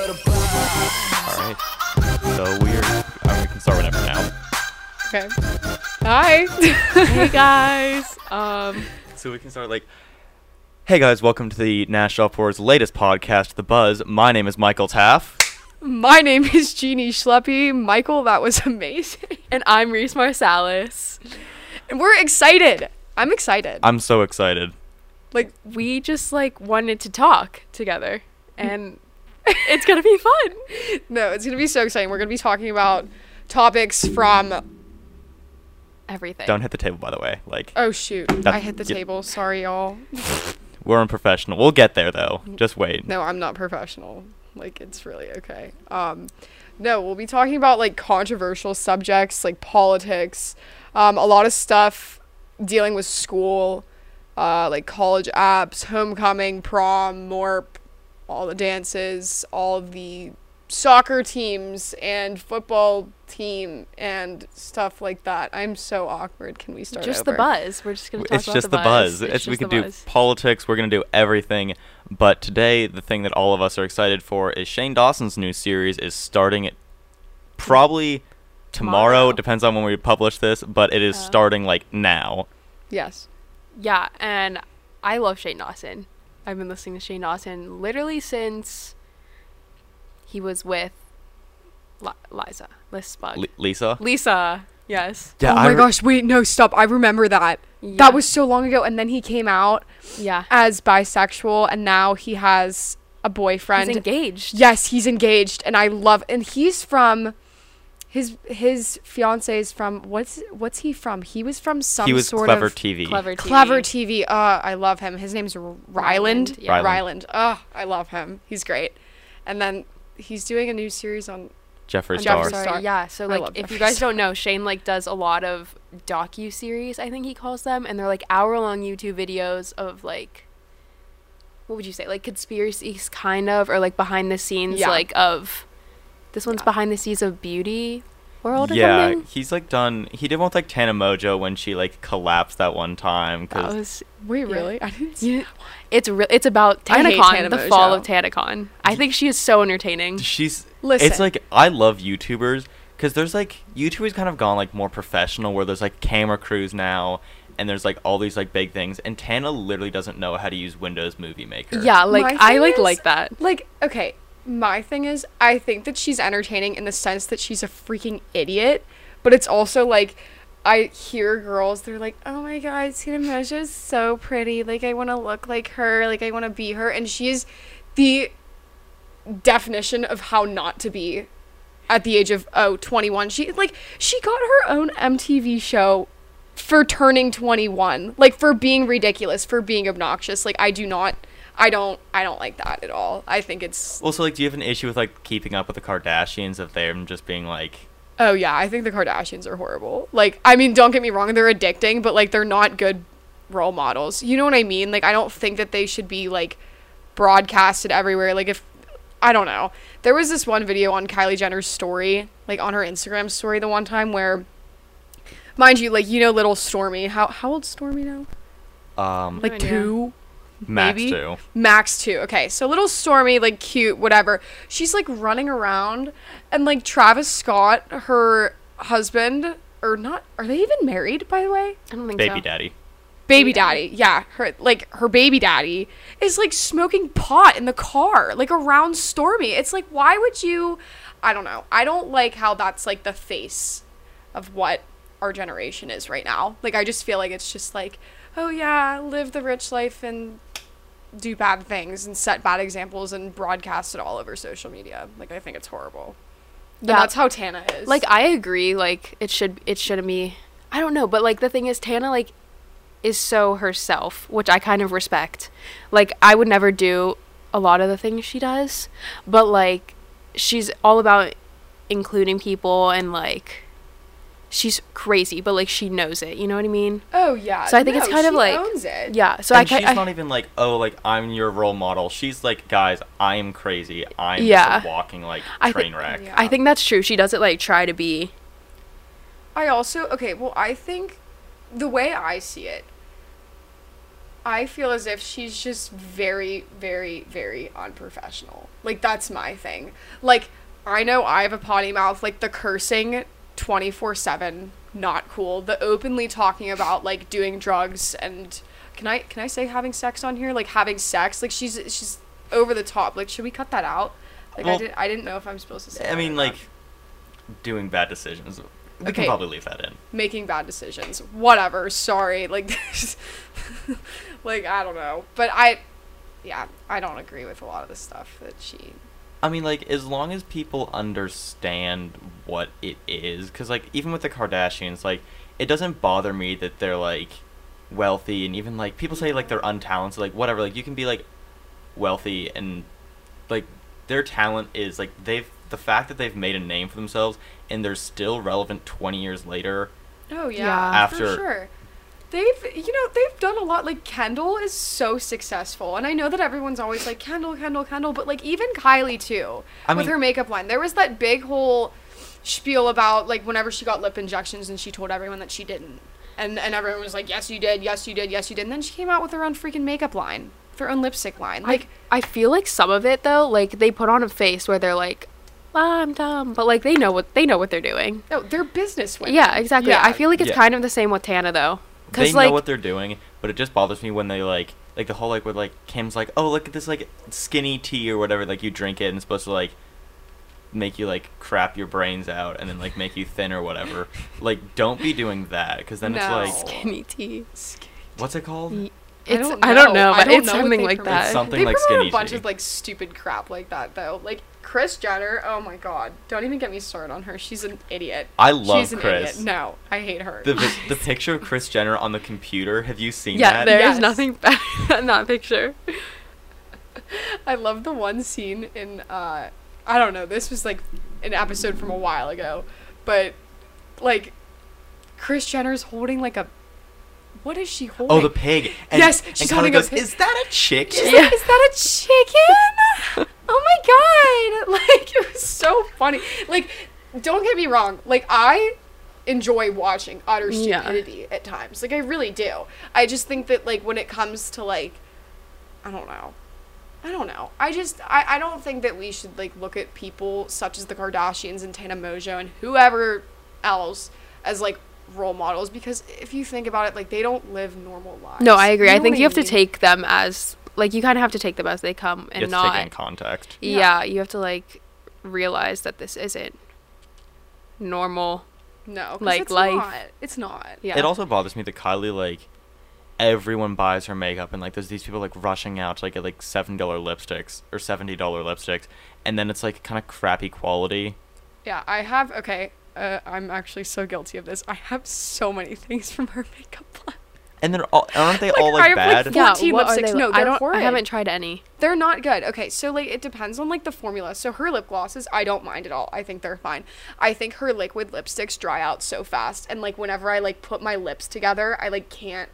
All right. So we're. Uh, we can start whenever now. Okay. Hi. hey guys. Um, So we can start like. Hey guys, welcome to the Nash Uproar's latest podcast, The Buzz. My name is Michael Taff. My name is Jeannie Schleppy. Michael, that was amazing. and I'm Reese Marsalis. And we're excited. I'm excited. I'm so excited. Like we just like wanted to talk together, and it's gonna be fun. No, it's going to be so exciting. We're going to be talking about topics from. Everything. Don't hit the table, by the way. Like Oh, shoot. That- I hit the yeah. table. Sorry, y'all. we're unprofessional. We'll get there though. Mm. Just wait. No, I'm not professional. Like, it's really okay. Um, no, we'll be talking about like controversial subjects like politics, um, a lot of stuff dealing with school, uh, like college apps, homecoming, prom, more all the dances, all the soccer teams and football team and stuff like that. I'm so awkward. Can we start Just the over? buzz. We're just gonna talk It's about just the buzz. It's, we just can the do buzz. politics. We're gonna do everything. But today, the thing that all of us are excited for is Shane Dawson's new series is starting it probably tomorrow. Tomorrow. Uh-huh. Depends on when we publish this, but it is Yeah. starting like now. Yes. Yeah, and I love Shane Dawson. I've been listening to Shane Dawson literally since he was with Li- Liza Listbug. L- Lisa. Lisa. Yes. oh my gosh, wait, no, stop. I remember that. Yeah. That was so long ago and then he came out yeah. as bisexual and now he has a boyfriend. He's engaged. Yes, he's engaged and I love and he's from his his fiance is from what's what's he from? He was from some he was sort clever of TV. Clever TV. Clever TV. Uh I love him. His name's R- Ryland. Ryland, yeah. Ryland. Ryland. Oh, I love him. He's great. And then he's doing a new series on Jeffree I'm Star. Jeffree Jeffree Star. Star. Yeah. So I like, love if you Jeffree guys Star. don't know, Shane like does a lot of docu series. I think he calls them, and they're like hour long YouTube videos of like, what would you say, like conspiracies, kind of, or like behind the scenes, Yeah. like of. This one's behind the scenes of beauty world. or Yeah, something? he's like done. He did one with like Tana Mojo when she like collapsed that one time. That Cause was. Wait, Yeah. really? I didn't see You, it's re- it's about I hate TanaCon, Tana the fall of Mojo. TanaCon. I think she is so entertaining. she's Listen. It's like I love YouTubers because there's like YouTubers kind of gone like more professional where there's like camera crews now and there's like all these like big things and Tana literally doesn't know how to use Windows Movie Maker. Yeah, My like I thing like is, like that. Like, okay, my thing is, I think that she's entertaining in the sense that she's a freaking idiot, but it's also like, I hear girls, they're like, oh my god, Tina Mojo is so pretty. Like, I want to look like her. Like, I want to be her. And she is the definition of how not to be at the age of, oh, 21. She, like, she got her own MTV show for turning 21 like for being ridiculous for being obnoxious like i do not i don't i don't like that at all i think it's Also, like, do you have an issue with like keeping up with the Kardashians of them just being like, oh yeah i think the kardashians are horrible like i mean don't get me wrong they're addicting but like they're not good role models you know what i mean like i don't think that they should be like broadcasted everywhere like if i don't know there was this one video on kylie jenner's story like on her instagram story the one time where mind you like you know little stormy how how old's stormy now um, like idea. two Max maybe? too? Max too. Okay, so little Stormy, like cute, whatever. She's like running around, and like Travis Scott, her husband, or not? Are they even married? By the way, I don't think Baby so. daddy. baby daddy. Yeah, her like her baby daddy is like smoking pot in the car, like around Stormy. It's like why would you? I don't know. I don't like how that's like the face of what our generation is right now. Like I just feel like it's just like, oh yeah, live the rich life and do bad things and set bad examples and broadcast it all over social media. Like I think it's horrible. Yeah, Yeah. that's how Tana is. like i agree like it should it shouldn't be i don't know but like the thing is tana like is so herself which i kind of respect like i would never do a lot of the things she does but like she's all about including people and like she's crazy but like she knows it you know what i mean oh yeah. so I think it's kind she of like- owns it. yeah so So i and can she's not even like, oh, like I'm your role model. She's like, guys, I am crazy. I'm Yeah. just a walking like I thi- train wreck. Yeah. i think that's true she doesn't like try to be I also okay, well I think the way I see it I feel as if she's just very, very, very unprofessional. Like, that's my thing. Like, I know I have a potty mouth. Like, the cursing 24 7, not cool. The openly talking about, like, doing drugs and. Can I can I say having sex on here? Like having sex? Like she's she's over the top. Like should we cut that out? Like I Well, didn't I didn't know if I'm supposed to say. I that mean, or not. like, doing bad decisions. We Okay. can probably leave that in. making bad decisions. Whatever. Sorry. Like, like I don't know. But I, yeah, I don't agree with a lot of the stuff that she. I mean, like, as long as people understand what it is, because, like, even with the Kardashians, like, it doesn't bother me that they're, like, wealthy, and even, like, people say, like, they're untalented, like, whatever. Like, you can be, like, wealthy, and, like, their talent is, like, they've, the fact that they've made a name for themselves, and they're still relevant 20 years later. Oh yeah, Yeah. for After- sure. They've you know they've done a lot. Like Kendall is so successful, and I know that everyone's always like Kendall, Kendall, Kendall, but like even Kylie too I with mean- her makeup line. There was that big whole spiel about like whenever she got lip injections and she told everyone that she didn't. And, and everyone was like, yes, you did, yes, you did, yes, you did. And then she came out with her own freaking makeup line, with her own lipstick line. Like, Like I feel like some of it though, like they put on a face where they're like, "I'm dumb," but like they know what they know what they're doing. No, oh, they're business women. Yeah, exactly. I feel like it's Yeah. kind of the same with Tana though, They because like know what they're doing, but it just bothers me when they, like, like, the whole, like, with, like, Kim's like, oh, look at this, like, skinny tea or whatever, like, you drink it, and it's supposed to, like, make you like crap your brains out and then like make you thin or whatever. Like, don't be doing that because then it's No. like, skinny tea. what's it called? Ye- I It's don't I don't know. know, I but don't it's know what something they like promote. It's that. something- they like promote a skinny bunch tea. of like stupid crap like that though. Like Chris Jenner, oh my god, don't even get me started on her. She's an idiot. I love She's an Chris. Idiot. No, I hate her. The vi- the picture of Chris Jenner on the computer. Have you seen yeah, that? there's Yes. nothing better than that picture. I love the one scene in uh I don't know, this was like an episode from a while ago, but like Chris Jenner's holding like a what is she holding? Oh, the pig. Yes, she's Kylie holding a goes, pig. Is that a chick? She's Yeah. like, is that a chicken? oh my god! Like it was so funny. Like, don't get me wrong. Like I enjoy watching utter Yeah. stupidity at times. Like I really do. I just think that like when it comes to like, I don't know. I don't know. I just I, I don't think that we should like look at people such as the Kardashians and Tana Mojo and whoever else as like role models because if you think about it like they don't live normal lives. No, I agree. I know think what you have to mean? take them as like you kind of have to take them as they come and You have to not take it in context. Yeah. yeah. you have to like realize that this isn't normal. No, 'cause like, it's life. Not. It's not. Yeah. It also bothers me that Kylie like everyone buys her makeup and like there's these people like rushing out to like get like seven dollar lipsticks or seventy dollar lipsticks and then it's like kind of crappy quality. Yeah, I have. Okay, uh, I'm actually so guilty of this. I have so many things from her makeup line. And they're all aren't they all like I have, bad? like, four- 14 what are lipsticks. they- No, I they're don't horrid. I haven't tried any. They're not good. Okay, so like it depends on like the formula. So her lip glosses, I don't mind at all. I think they're fine. I think her liquid lipsticks dry out so fast, and like whenever I like put my lips together, I like can't.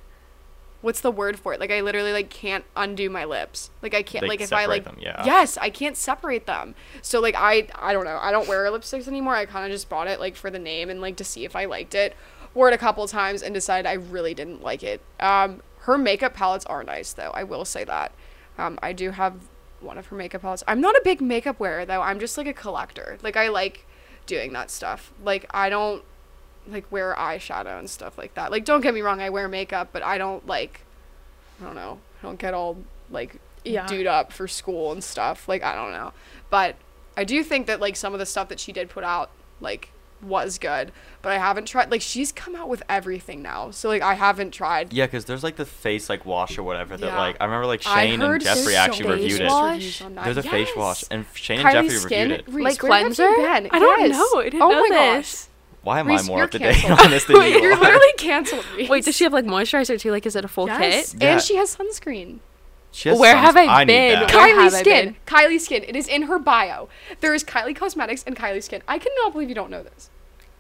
What's the word for it? Like I literally like can't undo my lips. Like I can't Like, like if I separate like them, yeah. yes I can't separate them. So like I I don't know I don't wear lipsticks anymore. I kind of just bought it like for the name and like to see if I liked it. Wore it a couple times and decided I really didn't like it. Um, her makeup palettes are nice though. I will say that. Um, I do have one of her makeup palettes. I'm not a big makeup wearer though. I'm just like a collector. Like I like doing that stuff. Like I don't like wear eyeshadow and stuff like that. Like don't get me wrong, I wear makeup, but I don't like I don't know. I don't get all like Yeah. dude up for school and stuff. Like I don't know. But I do think that like some of the stuff that she did put out like was good, but I haven't tried like she's come out with everything now. So like I haven't tried Yeah, because there's like the face like wash or whatever that Yeah. like I remember like I Shane heard and Jeffrey there's actually so many reviewed face wash. it. reviews on that. There's a face wash, Yes. and Shane Kylie's and Jeffrey skin, reviewed it. Reese, like where have you cleanser? been? I don't Yes. know. I didn't oh my know this. gosh. Why am I Reese, more you're up to date canceled. on this than Wait, you You're are? literally canceled. Reese. Wait, does she have like moisturizer too? Like, is it a full yes. kit? Yeah. And she has sunscreen. She has Where suns- have I need been? that. Where Kylie have I Skin. been? Kylie Skin. It is in her bio. There is Kylie Cosmetics and Kylie Skin. I cannot believe you don't know this.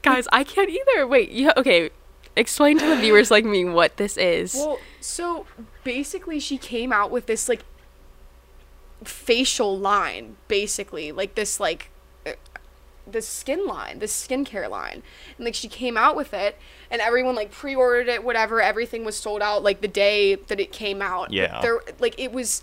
Guys, I can't either. Wait, you okay? Explain to the viewers like me what this is. Well, so basically, she came out with this like facial line, basically like this like uh, the skin line, the skincare line. And like she came out with it and everyone like pre-ordered it, whatever, everything was sold out like the day that it came out. Like, Yeah. there like it was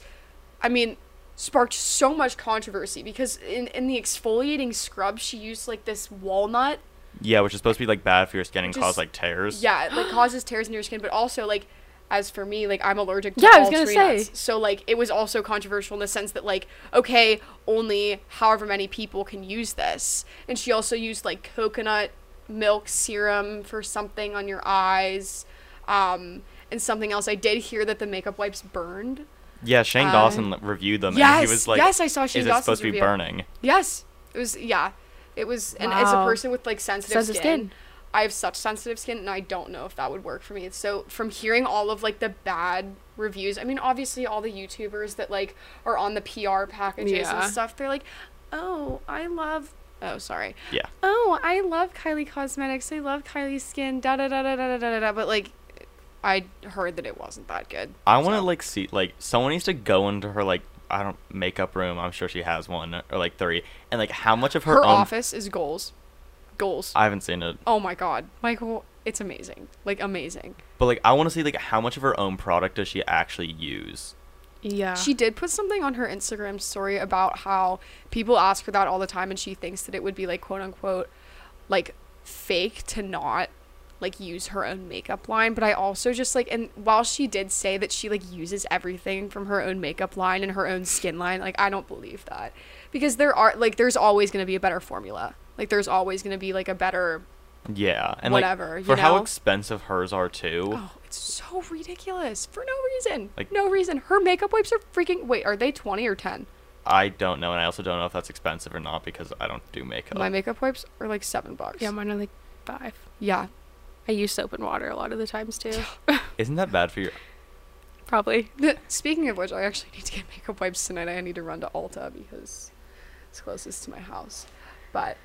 I mean, sparked so much controversy because in in the exfoliating scrub she used like this walnut Yeah, which is supposed to be like bad for your skin and cause Just- like tears. yeah, it like causes tears in your skin, but also like as for me, like I'm allergic to Yeah, all I was gonna tree say. nuts. So like it was also controversial in the sense that like okay, only however many people can use this. And she also used like coconut milk serum for something on your eyes. Um and something else I did hear that the makeup wipes burned. Yeah, Shane Uh, Dawson like, reviewed them and yes, he was like, yes, I saw Shane Is it Dawson's supposed to be review." burning? Yes. It was yeah. It was and as a Wow. person with like sensitive, Sensitive skin, skin. I have such sensitive skin and I don't know if that would work for me. So from hearing all of like the bad reviews, I mean obviously all the YouTubers that like are on the PR packages Yeah. and stuff, they're like, "Oh, I love Oh, sorry. Yeah. Oh, I love Kylie Cosmetics. I love Kylie's skin. Da da da da da da da da. da," But like, I heard that it wasn't that good. I want to So- like see like someone needs to go into her like I don't makeup room. I'm sure she has one or like three, and like how much of her, her own. office is goals, goals. I haven't seen it, oh my god, Michael, it's amazing. Like amazing. but like I want to see like how much of her own product does she actually use? Yeah. She did put something on her Instagram story about how people ask her that all the time and she thinks that it would be like quote unquote like fake to not like use her own makeup line, but I also just like and while she did say that she like uses everything from her own makeup line and her own skin line, like I don't believe that. Because there are like there's always going to be a better formula. Like there's always going to be like a better Yeah, and Whatever, like you for how know? expensive hers are too. Oh, it's so ridiculous for no reason. Like- no reason. Her makeup wipes are freaking Wait, are they 20 or 10? I don't know, and I also don't know if that's expensive or not because I don't do makeup. My makeup wipes are like 7 bucks. yeah, mine are like five. Yeah. I use soap and water a lot of the times too. Isn't that bad for your? Probably. Speaking of which, I actually need to get makeup wipes tonight. I need to run to Ulta because it's closest to my house. But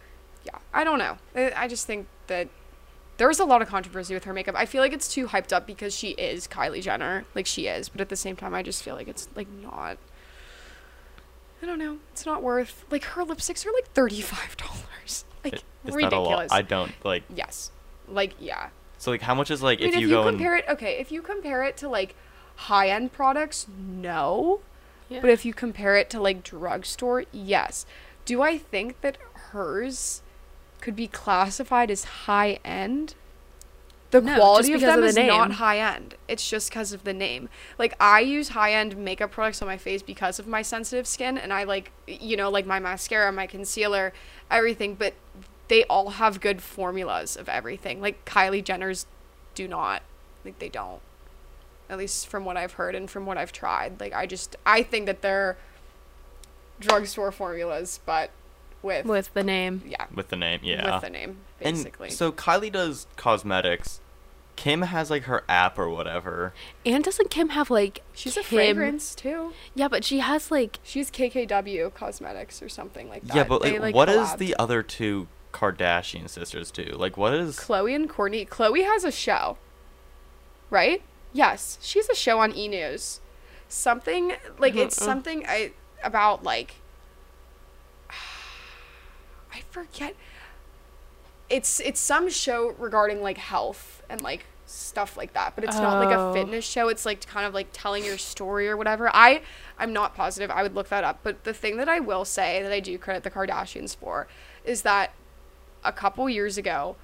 yeah, I don't know. I I just think that there's a lot of controversy with her makeup. I feel like it's too hyped up because she is Kylie Jenner. Like she is, but at the same time I just feel like it's like not I don't know. It's not worth like her lipsticks are like $35. Like It- it's not a lot. ridiculous. I don't like. yes. Like yeah. So like, how much is like I mean, if you, go and compare it, okay, if you compare it to like high end products, no. Yeah. But if you compare it to like drugstore, yes. Do I think that hers could be classified as high end? The No, quality just of because them of the is not name. high end. It's just because of the name. Like I use high end makeup products on my face because of my sensitive skin, and I like you know like my mascara, my concealer, everything. But they all have good formulas of everything. Like Kylie Jenner's do not. Like they don't at least from what I've heard and from what I've tried. Like I just I think that they're drugstore formulas, but with, With the name. yeah, with the name, yeah. with the name basically. And so Kylie does cosmetics. Kim has like her app or whatever. And doesn't Kim have like she's a Kim- fragrance too. Yeah, but she has like She's KKW Cosmetics or something like that. yeah, but They, like, what does collabed. the other two Kardashian sisters do? Like, what is? Chloe and Courtney? Chloe has a show, right? Yes, she's a show on E News. Something like it's Mm-mm. something I about like I forget. It's it's some show regarding like health and like stuff like that, but it's not like a Oh. fitness show. It's like kind of like telling your story or whatever. I I'm not positive. I would look that up. But the thing that I will say that I do credit the Kardashians for is that a couple years ago,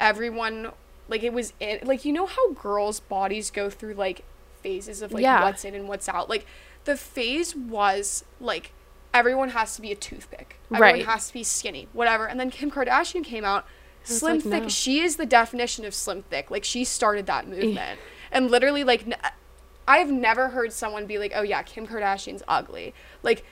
everyone like it was in like you know how girls' bodies go through like phases of like Yeah. what's in and what's out. Like the phase was like everyone has to be a toothpick. Everyone Right. has to be skinny, whatever. And then Kim Kardashian came out, was slim like, thick. no. She is the definition of slim thick. Like she started that movement. and literally like n- I've never heard someone be like, "Oh yeah, Kim Kardashian's ugly." Like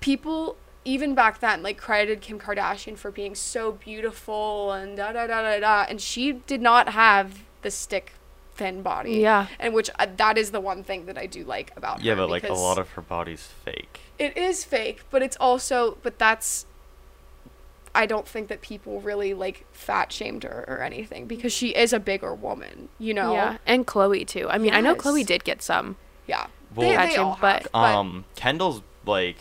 people even back then like credited Kim Kardashian for being so beautiful and da da da da da and she did not have the stick thin body. Yeah. And which uh, that is the one thing that I do like about Yeah, her but like a because- lot of her body's fake. it is fake, but it's also but that's I don't think that people really like fat shamed her or anything because she is a bigger woman, you know. yeah, and Chloe too. I mean, I know Yes. Chloe did get some. Yeah. Well- they, they Gotcha, all but- have, but Um, Kendall's like,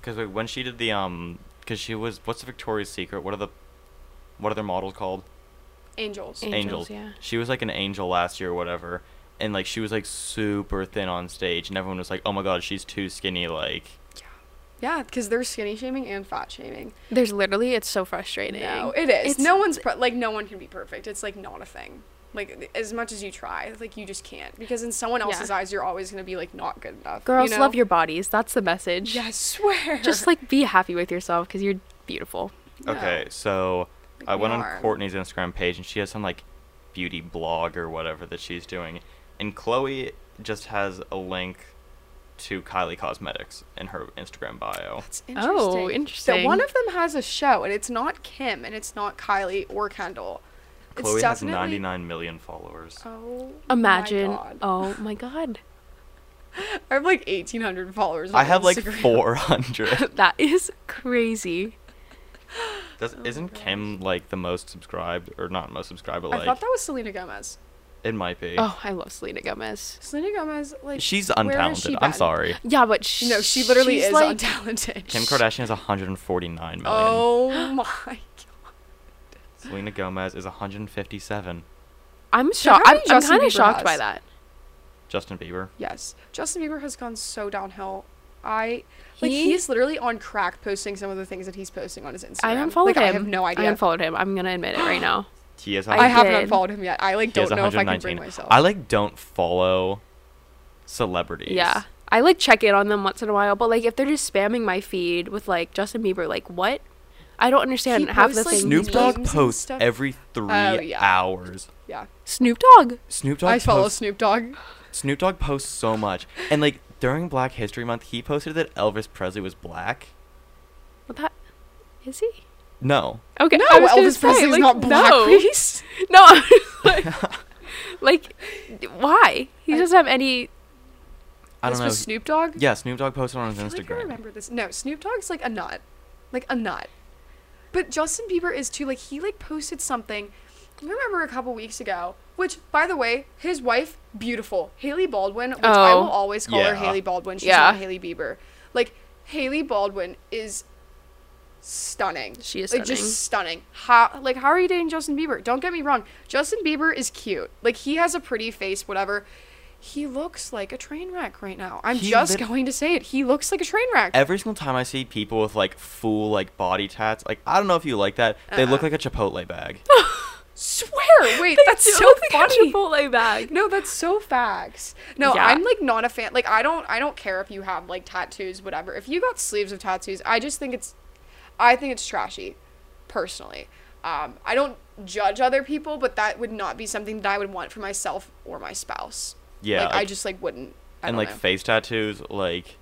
because like, when she did the um because she was what's the Victoria's Secret? What are the what are their models called? Angels. An- Angels, yeah. She was like an angel last year or whatever, and like she was like super thin on stage, and everyone was like, "Oh my god, she's too skinny." Like, yeah, because there's skinny shaming and fat shaming. There's literally, it's so frustrating. No, it is. It's- no one's per- like no one can be perfect. It's like not a thing. Like as much as you try, like you just can't because in someone Yeah. else's eyes, you're always gonna be like not good enough. you Girls know? love your bodies. That's the message. Yeah, I swear. Just like be happy with yourself because you're beautiful. No. okay, so Like, I we went are. on Courtney's Instagram page, and she has some like beauty blog or whatever that she's doing, and Chloe just has a link to Kylie Cosmetics in her Instagram bio. That's Oh, So interesting. one of them has a show, and it's not Kim, and it's not Kylie or Kendall. It's Chloe has definitely- 99 million followers. Oh, Imagine. My God. Oh my God. I have like 1,800 followers. On I have like Instagram. 400. that is crazy. Does, Oh my isn't Kim like the most subscribed or not most subscribed, but I like thought that was Selena Gomez. it might be. Oh, I love Selena Gomez. Selena Gomez, like She's where has untalented. she I'm been? sorry. Yeah, but sh- No, she literally she's is like, untalented. Kim Kardashian has 149 million. Oh my god. Selena Gomez is 157. I'm So how shocked. I'm, many I'm Justin kind of Bieber shocked has? by that. Justin Bieber. Yes, Justin Bieber has gone so downhill. I like He- he's literally on crack posting some of the things that he's posting on his Instagram. I unfollowed like, him. I have no idea. I unfollowed him. I'm gonna admit it right now. He is. I I 100 haven't did. unfollowed him yet. I like he has don't know if I can bring 119. myself. I like don't follow celebrities. Yeah. I like check in on them once in a while, but like if they're just spamming my feed with like Justin Bieber, like what? I don't understand He half the posts, like, things. Snoop Memes Dogg and posts stuff. every three Oh, yeah. hours. yeah, Snoop Dogg. Snoop Dogg. I follow posts- Snoop Dogg. Snoop Dogg posts so much, and like during Black History Month, he posted that Elvis Presley was black. What that is he? No, Okay. No, I was gonna Oh, Elvis say, Presley's like, not black. No, please. no I was like, like why? He I- doesn't have any. I don't this know. was Snoop Dogg. Yeah, Snoop Dogg posted on I his feel like I Instagram. remember this. No, Snoop Dogg's like a nut, like a nut. But Justin Bieber is too. Like he like posted something. I remember a couple weeks ago. Which, by the way, his wife, beautiful Haley Baldwin, which I Oh. will always call her Yeah. Haley Baldwin. She's Yeah. not Haley Bieber. Like Haley Baldwin is stunning. She is like stunning. just stunning. How like how are you dating Justin Bieber? Don't get me wrong. Justin Bieber is cute. Like he has a pretty face, whatever. He looks like a train wreck right now. I'm He just lit- going to say it. He looks like a train wreck. Every single time I see people with like full like body tats, like I don't know if you like that, they look Uh-uh. like a Chipotle bag. Swear. Wait, They that's do so think of funny. Chipotle bag. No, that's so facts. No, Yeah. I'm like not a fan. Like I don't I don't care if you have like tattoos, whatever. If you got sleeves of tattoos, I just think it's I think it's trashy, personally. Um, I don't judge other people, but that would not be something that I would want for myself or my spouse. Yeah, Like I like- just like wouldn't. I and don't like know. face tattoos, like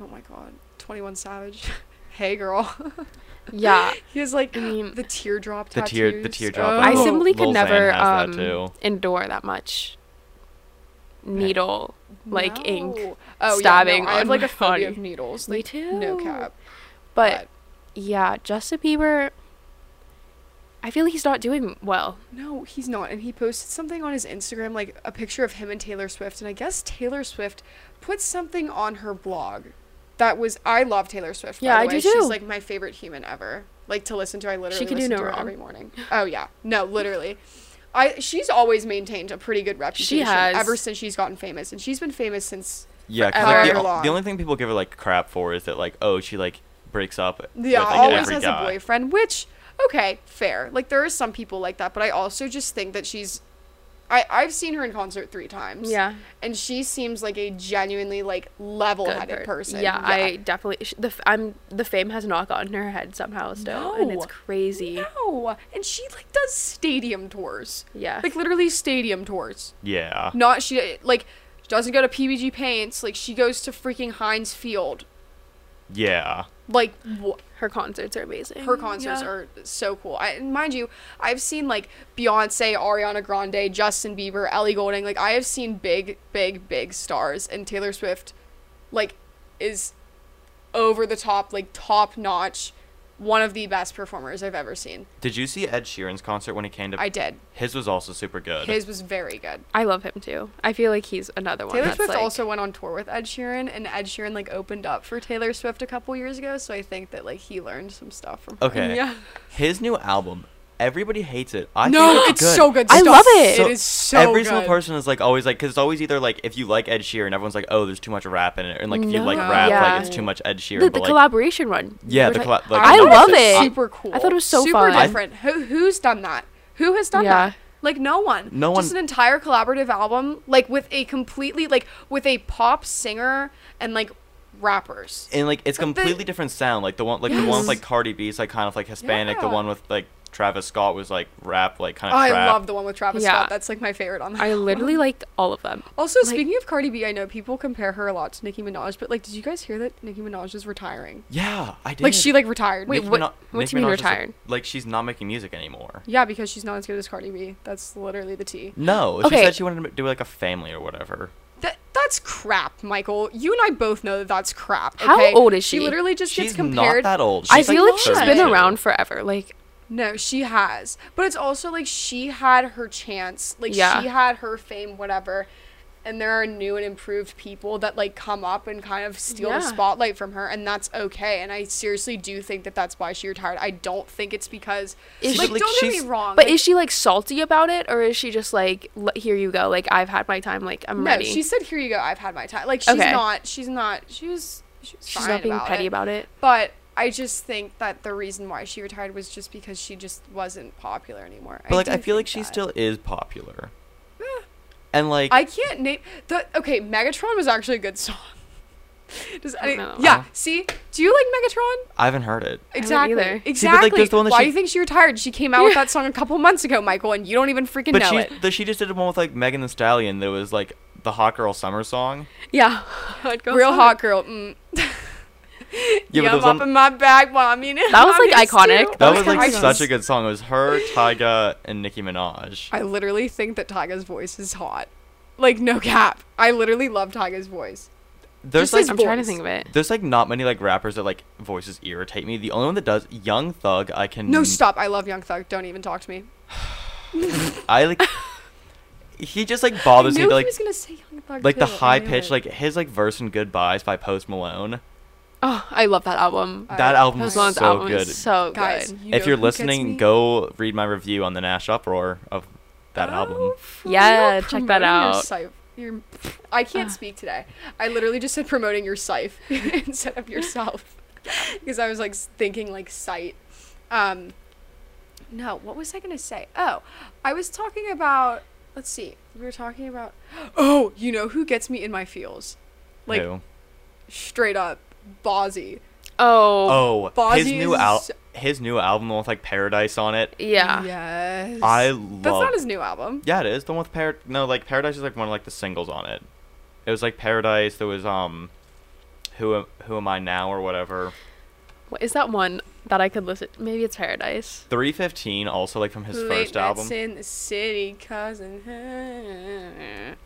oh my god. Twenty one Savage. hey girl. Yeah. he has like I mean- the teardrop The tattoos. tear- the teardrop, Oh. like, I Lil- simply could Lil Xan never has that um, too. endure that much needle like ink. No. Oh, yeah, no, stabbing I have on like a my phobia body. of needles. Me Like, No too. cap. But yeah, Justin Bieber. I feel he's not doing well. No, he's not. And he posted something on his Instagram, like a picture of him and Taylor Swift. And I guess Taylor Swift put something on her blog that was I love Taylor Swift. by Yeah, the I way. do She's too. like my favorite human ever. Like to listen to, I literally can do listen no to her wrong. every morning. Oh yeah, no, literally. I she's always maintained a pretty good reputation has. ever since she's gotten famous, and she's been famous since yeah. 'cause, like, Forever the, long. the only thing people give her like crap for is that like oh she like breaks up Yeah, with like always every has guy. a boyfriend, which okay, fair. Like there are some people like that, but I also just think that she's I I've seen her in concert 3 times. Yeah. And she seems like a genuinely like level-headed per- person. Yeah, I definitely. sh- The f- I'm the fame has not gotten her head somehow still, and No. it's crazy. No. And she like does stadium tours. Yeah, Like literally stadium tours. Yeah, Not she like doesn't go to PBG Paints, like she goes to freaking Heinz Field. yeah. Like what? her concerts are amazing. her concerts Mm, Yeah. are so cool. I, and mind you, I've seen like Beyonce, Ariana Grande, Justin Bieber, Ellie Golding. Like I have seen big, big, big stars, and Taylor Swift, like, is over the top, like top notch one of the best performers I've ever seen. Did you see Ed Sheeran's concert when he came to? I did. His was also super good. His was very good. I love him too. I feel like he's another one. Taylor that's Swift like, also went on tour with Ed Sheeran, and Ed Sheeran like opened up for Taylor Swift a couple years ago. So I think that like he learned some stuff from. her. Okay. Yeah. His new album, everybody hates it. I no, think it's so good. I stuff. love it. So it is so every good. single person is like always like because it's always either like if you like Ed Sheeran, everyone's like, oh, there's too much rap in it, and like if you like No. rap, Yeah. like it's too much Ed Sheeran. The, the but like, collaboration one. Yeah, We're the like- colla- like, I the love mixes. it. Super cool. I thought it was so super fun. different. Who who's done that? Who has done Yeah. that? Like no one. No Just one- an entire collaborative album, like with a completely like with a pop singer and like rappers. and like it's But the- completely different sound. Like the one, like the one with Yes. like Cardi B's like kind of like Hispanic. The Yeah. one with like Travis Scott was like rap, like kind of I trap. love the one with Travis Yeah. Scott. That's like my favorite on that. I literally liked all of them. Also, Like- speaking of Cardi B, I know people compare her a lot to Nicki Minaj, but like, did you guys hear that Nicki Minaj is retiring? yeah, I did. Like, she like retired. Wait, Nicki what- Mina- what Nicki do you mean Minaj is, like- retired? Like she's not making music anymore. Yeah, because she's not as good as Cardi B. That's literally the T. No, she Okay. said she wanted to do like a family or whatever. That that's crap, Michael. You and I both know that that's crap. How okay? old is she? literally just She's gets compared. not that old. I She's, feel like she's been 32. around forever. Like No, she has. But it's also like she had her chance. Like Yeah. she had her fame, whatever. And there are new and improved people that like come up and kind of steal Yeah. the spotlight from her, and that's okay. And I seriously do think that that's why she retired. I don't think it's because Is like she- like, don't get me she's- wrong, But like, is she like salty about it, or is she just like, "L- here you go, like I've had my time, like I'm no, ready. she said, "Here you go. I've had my time." Like she's Okay. not. She's not. She was. She was she's fine not being about petty it. about it. But I just think that the reason why she retired was just because she just wasn't popular anymore. But like, do I feel like think she that. still is popular. And like, I can't name the. Okay, Megatron was actually a good song. Does any, know. Oh. yeah. See, do you like Megatron? I haven't heard it. Exactly. either. See, but, like, Exactly. there's the one that Why she- do you think she retired? She came out with Yeah. that song a couple months ago, Michael, and you don't even freaking But know she, it. the, she just did one with like Megan Thee Stallion that was like the Hot Girl Summer song. Yeah, I'd go Real for hot girl. Mm. Yeah, but Yeah, there was I'm up one- in my bag, mommy. and That was, like, mommy's iconic. too. That Oh, was like I Tyga's. such a good song. It was her, Tyga, and Nicki Minaj. I literally think that Tyga's voice is hot. Like no cap. I literally love Tyga's voice. There's just like it. I'm trying to voice. think of it. there's like not many like rappers that like voices irritate me. The only one that does Young Thug, I can No, stop. I love Young Thug. Don't even talk to me. I like he just like I bothers me knew he like was gonna say Young Thug. like the too. high I knew pitch it. like his like verse in Goodbyes by Post Malone. Oh, I love that album. I- that album is Post so Malone's album good. is so guys. good. you know if you're who gets listening, me? go read my review on the Nash Uproar of that album. Oh, for Yeah, real, check that promoting your out. site- your- I can't speak today. I literally just said promoting your site instead of yourself because I was like s- thinking like site. Um, no, what was I gonna say? Oh, I was talking about. Let's see. We were talking about. Oh, you know who gets me in my feels? Like Who? straight up, Bozzy. Oh, oh, Bozzy his new is al- so- his new album the one with like Paradise on it. yeah. Yes. I love That's not his new album. Yeah, it is. The one with Par no, like Paradise is like one of like the singles on it. It was like Paradise, there was um Who Am Who Am I Now or whatever. What is that one that I could listen? Maybe it's Paradise. Three fifteen also like from his Late first nights album. in the city, cousin.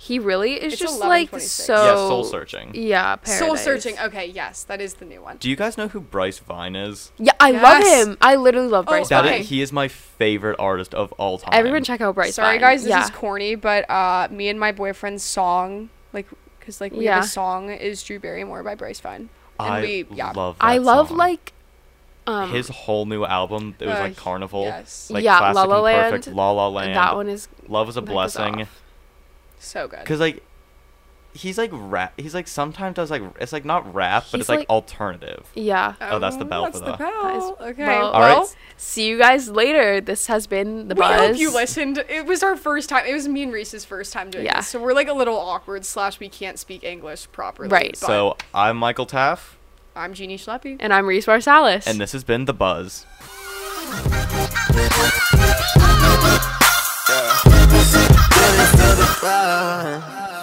He really is It's just 11, like 26. so. yeah, Soul Searching. Yeah, Paradise. Soul Searching. oh, Okay, yes, that is the new one. Do you guys know who Bryce Vine is? Yeah, I Yes. love him. I literally love Oh, Bryce. That is- Okay. he is my favorite artist of all time. Everyone check out Bryce. Sorry Vine. guys, this yeah. is corny, but uh, me and my boyfriend's song, like, cause like we Yeah. have a song is Drew Barrymore by Bryce Vine, and I we yeah. love. That I love song. like um his whole new album. It was Uh, like Carnival. yes. Like Yeah, Plastic La La and Perfect, Land. La La Land. that one is Love is a that goes blessing. off. so good. Cause like, he's like rap. He's like sometimes does like it's like not rap, but He's it's like, like- alternative. Yeah. oh, that's the bell That's for the the- bell. Guys, Okay, well- well, All right. See you guys later. This has been the we buzz. hope you listened. It was our first time. It was me and Reese's first time doing Yeah. this, so we're like a little awkward. Slash, we can't speak English properly. Right. but So I'm Michael Taff, I'm Jeannie Schleppy. And I'm Reese Marsalis. and this has been the Buzz. Yeah.